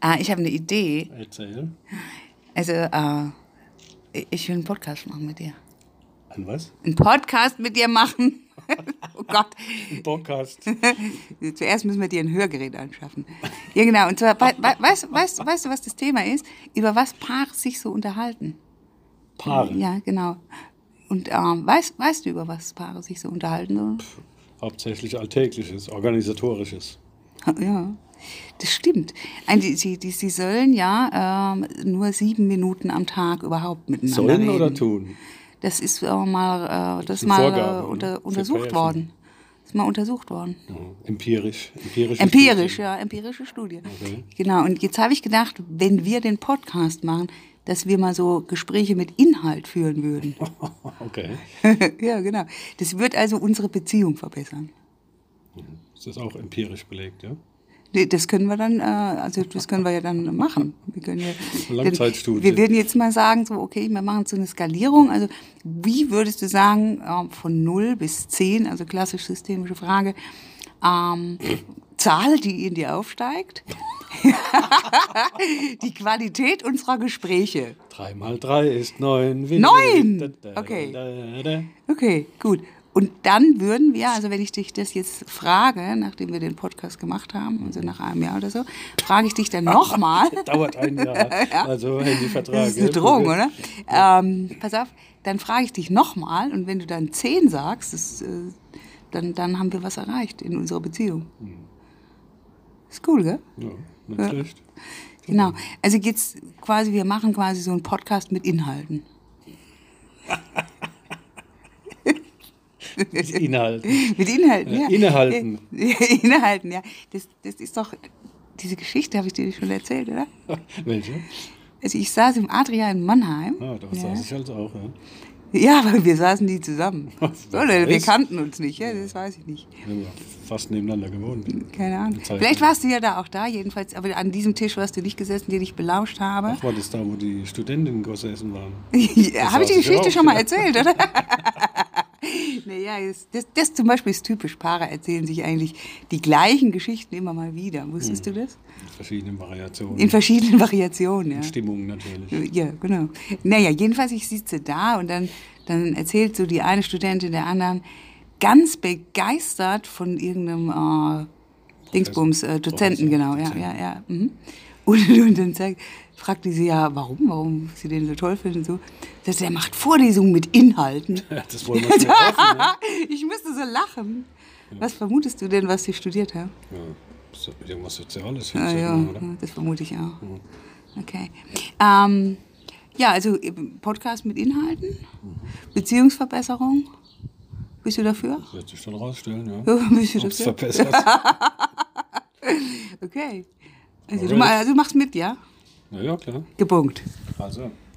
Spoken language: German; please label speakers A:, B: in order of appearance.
A: Ah, ich habe eine Idee.
B: Erzähl.
A: Also, äh, ich will einen Podcast machen mit dir.
B: An was?
A: Einen Podcast mit dir machen? oh Gott.
B: Ein Podcast.
A: Zuerst müssen wir dir ein Hörgerät anschaffen. Ja, genau. Und zwar, wei- wei- weißt, weißt, weißt du, was das Thema ist? Über was Paare sich so unterhalten.
B: Paare.
A: Ja, genau. Und ähm, weißt, weißt du, über was Paare sich so unterhalten?
B: Hauptsächlich Alltägliches, Organisatorisches.
A: Ja, das stimmt. Ein- Die, die, die, sie sollen ja ähm, nur sieben Minuten am Tag überhaupt miteinander
B: Sollen
A: reden.
B: oder tun?
A: Das ist äh, mal, äh, das ist
B: eine
A: mal
B: Vorgabe,
A: äh,
B: ne?
A: unter,
B: Für
A: untersucht
B: Pärchen.
A: worden. Das ist mal untersucht worden.
B: Ja, empirisch. Empirisch.
A: Empirisch, ja, empirische Studie. Genau, und jetzt habe ich gedacht, wenn wir den Podcast machen, dass wir mal so Gespräche mit Inhalt führen würden.
B: Ah, Okay.
A: ja, genau. Das wird also unsere Beziehung verbessern.
B: Ist das auch empirisch belegt, ja?
A: Nee, Das können wir dann, äh, also das können wir ja dann machen. Wir können ja,
B: Langzeitstudie.
A: Wir würden jetzt mal sagen, so, okay, wir machen so eine Skalierung. Also wie würdest du sagen, ähm, von 0 bis 10, also klassisch systemische Frage, ähm, Zahl, die in dir aufsteigt? die Qualität unserer Gespräche.
B: Drei mal drei ist neun. Wie-
A: Neun!
B: Da, da, da,
A: Okay.
B: da, da.
A: Okay, gut. Und dann würden wir, also wenn ich dich das jetzt frage, nachdem wir den Podcast gemacht haben, also nach einem Jahr oder so, frage ich dich dann nochmal.
B: Dauert ein Jahr. Also Handyvertrag.
A: Das ist eine
B: gell?
A: Drohung, oder? Ähm, pass auf, dann frage ich dich nochmal und wenn du dann 10 sagst, das, äh, dann, dann haben wir was erreicht in unserer Beziehung.
B: Mhm.
A: Ist cool, gell?
B: Ja, nicht schlecht.
A: Genau. Also geht's quasi, wir machen quasi so einen Podcast mit Inhalten.
B: Mit Inhalten.
A: Mit Inhalten,
B: Äh,
A: ja.
B: innehalten.
A: Inhalten, ja. Das, das ist doch, diese Geschichte habe ich dir schon erzählt, oder?
B: Welche?
A: Also ich saß im Adria in Mannheim.
B: Ah, da
A: ja.
B: saß ich also auch, ja.
A: Ja, aber wir saßen nie zusammen.
B: Wer
A: Oder wir
B: weiß.
A: kannten uns nicht, ja, das weiß ich nicht.
B: Wir haben ja fast nebeneinander gewohnt.
A: Keine Ahnung.
B: Eine Zeit
A: Vielleicht
B: lang.
A: warst du ja da auch da, jedenfalls, aber an diesem Tisch warst du nicht gesessen, den ich belauscht habe.
B: Ach, war das da, wo die Studentinnen groß essen waren?
A: Ja,
B: das
A: habe ich die
B: saß ich
A: Geschichte
B: auch,
A: schon mal
B: ja.
A: erzählt, oder? naja, das, das, das zum Beispiel ist typisch. Paare erzählen sich eigentlich die gleichen Geschichten immer mal wieder.
B: Hm.
A: Wusstest du das?
B: In verschiedenen Variationen.
A: In verschiedenen Variationen, ja.
B: Stimmungen natürlich.
A: Ja, genau. Naja, jedenfalls, ich sitze da und dann, dann erzählt so die eine Studentin der anderen ganz begeistert von irgendeinem äh, Dingsbums, äh, Dozenten, genau.
B: Professor,
A: Ja,
B: Dozent.
A: ja, ja. Mhm. Und, und dann sagt, fragt die sie ja, warum, warum sie den so toll finden. So, sagt, sie, er macht Vorlesungen mit Inhalten.
B: Ja, das wollen wir nicht hoffen. Ne?
A: ich müsste so lachen. Was vermutest du denn, was sie studiert haben?
B: Ja, so- irgendwas Soziales.
A: Ah,
B: Ah,
A: ja,
B: Mal, oder?
A: ja, das vermute ich auch. Okay. Ähm, ja, also eben Podcast mit Inhalten, Beziehungsverbesserung. Bist du dafür?
B: Das wird sich schon rausstellen, ja.
A: Bist du
B: Ob es
A: dafür?
B: verbessert.
A: Okay. Also du,
B: Alright.
A: ma- also du machst mit, ja?
B: Na ja, klar.
A: Gepunkt.
B: Also.